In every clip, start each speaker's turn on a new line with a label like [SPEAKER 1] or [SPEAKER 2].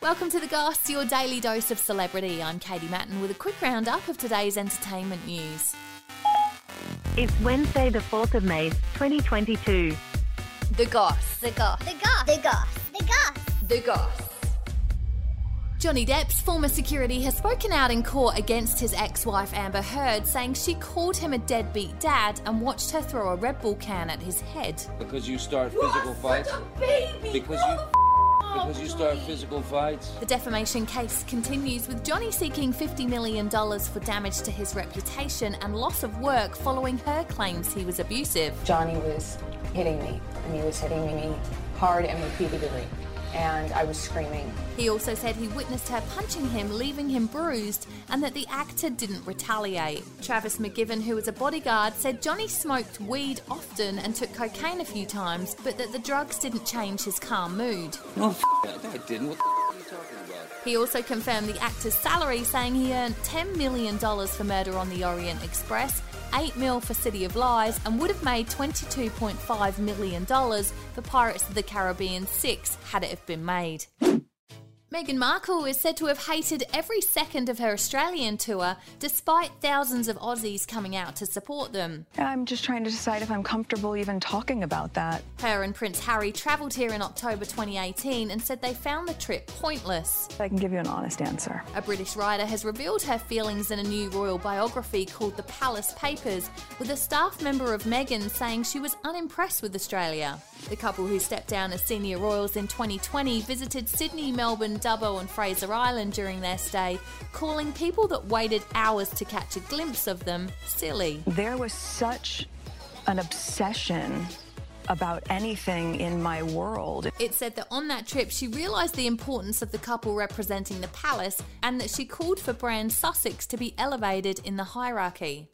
[SPEAKER 1] Welcome to The Goss, your daily dose of celebrity. I'm Katie Matten with a quick roundup of today's entertainment news.
[SPEAKER 2] It's Wednesday, the 4th of May, 2022.
[SPEAKER 1] The Goss.
[SPEAKER 3] The goth. The goth. The goth. The goth.
[SPEAKER 1] The Goss. Johnny Depp's former security has spoken out in court against his ex wife Amber Heard, saying she called him a deadbeat dad and watched her throw a Red Bull can at his head.
[SPEAKER 4] Because you start physical fights. Because you because
[SPEAKER 3] Oh,
[SPEAKER 4] you start physical fights.
[SPEAKER 1] The defamation case continues with Johnny seeking $50 million for damage to his reputation and loss of work following her claims he was abusive.
[SPEAKER 5] Johnny was hitting me, and he was hitting me hard and repeatedly. And I was screaming.
[SPEAKER 1] He also said he witnessed her punching him, leaving him bruised, and that the actor didn't retaliate. Travis McGiven, who was a bodyguard, said Johnny smoked weed often and took cocaine a few times, but that the drugs didn't change his calm mood.
[SPEAKER 4] No, Oh, f- that. No, I didn't. What the f- are you talking about?
[SPEAKER 1] He also confirmed the actor's salary, saying he earned $10 million for Murder on the Orient Express, 8 mil for City of Lies, and would have made $22.5 million for Pirates of the Caribbean 6 had it have been made. Meghan Markle is said to have hated every second of her Australian tour, despite thousands of Aussies coming out to support them.
[SPEAKER 6] I'm just trying to decide if I'm comfortable even talking about that.
[SPEAKER 1] Her and Prince Harry travelled here in October 2018 and said they found the trip pointless.
[SPEAKER 6] I can give you an honest answer.
[SPEAKER 1] A British writer has revealed her feelings in a new royal biography called The Palace Papers, with a staff member of Meghan saying she was unimpressed with Australia. The couple who stepped down as senior royals in 2020 visited Sydney, Melbourne, Dubbo, and Fraser Island during their stay, calling people that waited hours to catch a glimpse of them silly.
[SPEAKER 6] There was such an obsession about anything in my world.
[SPEAKER 1] It said that on that trip, she realised the importance of the couple representing the palace and that she called for brand Sussex to be elevated in the hierarchy.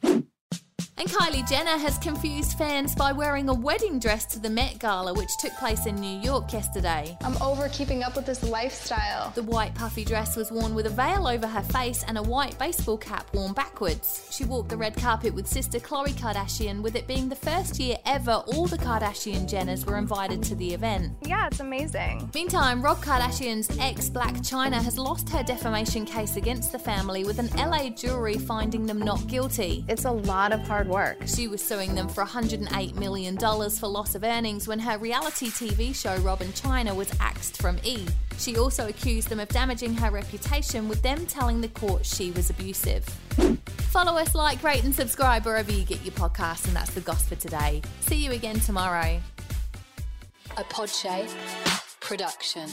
[SPEAKER 1] And Kylie Jenner has confused fans by wearing a wedding dress to the Met Gala, which took place in New York yesterday.
[SPEAKER 7] I'm over keeping up with this lifestyle.
[SPEAKER 1] The white puffy dress was worn with a veil over her face and a white baseball cap worn backwards. She walked the red carpet with sister Khloe Kardashian, with it being the first year ever all the Kardashian Jenners were invited to the event.
[SPEAKER 7] Yeah, it's amazing.
[SPEAKER 1] Meantime, Rob Kardashian's ex Black China has lost her defamation case against the family with an LA jury finding them not guilty.
[SPEAKER 8] It's a lot of hard work.
[SPEAKER 1] She was suing them for $108 million for loss of earnings when her reality TV show Robin China was axed from E. She also accused them of damaging her reputation with them telling the court she was abusive. Follow us, like, rate, and subscribe wherever you get your podcasts, and that's the goss for today. See you again tomorrow.
[SPEAKER 9] a Podshape production.